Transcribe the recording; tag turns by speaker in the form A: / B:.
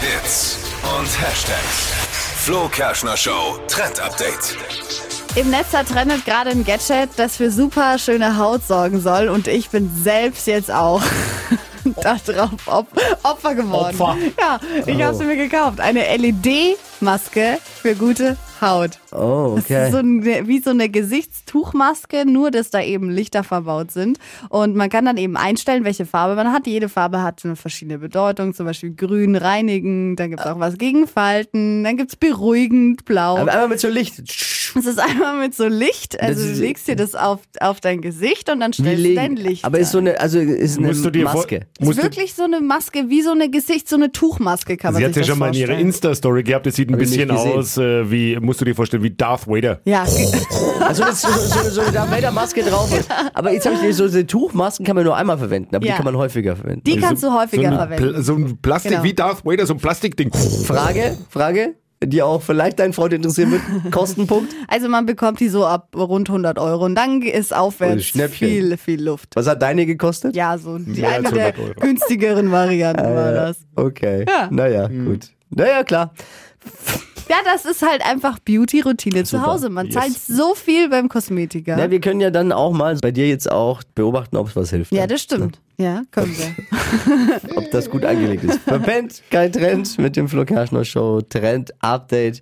A: Hits und Hashtags. Flo Kerschner Show Trend Update.
B: Im Netz hat trendet gerade ein Gadget, das für super schöne Haut sorgen soll. Und ich bin selbst jetzt auch darauf Op Opfer geworden.
C: Opfer. Oh.
B: Ja, ich habe sie mir gekauft. Eine LED-Maske für gute Haut.
C: Oh,
B: Das
C: okay.
B: ist so eine, wie so eine Gesichtstuchmaske, nur dass da eben Lichter verbaut sind. Und man kann dann eben einstellen, welche Farbe man hat. Jede Farbe hat eine verschiedene Bedeutung. Zum Beispiel grün reinigen, dann gibt's auch was gegen Falten, dann gibt's beruhigend blau.
C: Aber einmal mit so Licht.
B: Es ist einmal mit so Licht, also
C: ist-
B: du legst dir das auf, auf dein Gesicht und dann
C: Wie
B: stellst du
C: legen.
B: dein Licht.
C: Aber ist so
B: ein.
C: eine, also ist eine
D: Musst du dir vor-
C: Maske.
B: Es ist
D: musst du,
B: wirklich so eine Maske, wie so eine Gesicht, so eine Tuchmaske kann man
D: sie
B: sich
D: hat ja
B: das
D: schon mal in ihrer
B: vorstellen.
D: Insta-Story gehabt, es sieht ein
C: Hab ich nicht
D: bisschen
C: gesehen.
D: aus äh, wie, musst du dir vorstellen, wie Darth Vader.
B: ja,
C: Also das ist so, so, so, so eine Darth Vader Maske drauf. Aber jetzt habe ich dir so diese Tuchmasken kann man nur einmal verwenden, aber
B: Ja.
C: die kann man häufiger verwenden.
B: die kannst du häufiger
D: so ein
B: verwenden.
D: Pl- so ein Plastik,
B: Genau.
D: wie Darth Vader, so ein Plastikding.
C: Frage, Frage, die auch vielleicht deinen Freund interessieren wird. Kostenpunkt.
B: Also man bekommt die so ab rund 100 Euro und dann ist
C: Oh,
B: aufwärts
C: Schnäppchen.
B: viel, viel Luft.
C: Was hat deine gekostet?
B: Ja, so die
D: Mehr als
B: eine der
D: 100 Euro.
B: günstigeren Varianten
C: Ah,
B: war das.
C: Okay.
B: Ja.
C: Naja,
D: Hm.
C: gut. Naja, klar.
B: Ja, das ist halt einfach Beauty-Routine zu
C: Super.
B: Hause. Man
D: Yes.
B: zahlt so viel beim Kosmetiker.
C: Na, wir können ja dann auch mal bei dir jetzt auch beobachten, ob es was hilft. ne?
B: ja, das stimmt. Ja, können wir.
C: ob das gut angelegt ist. Verpennt, kein Trend mit dem Flo Kerschner Show Trend Update.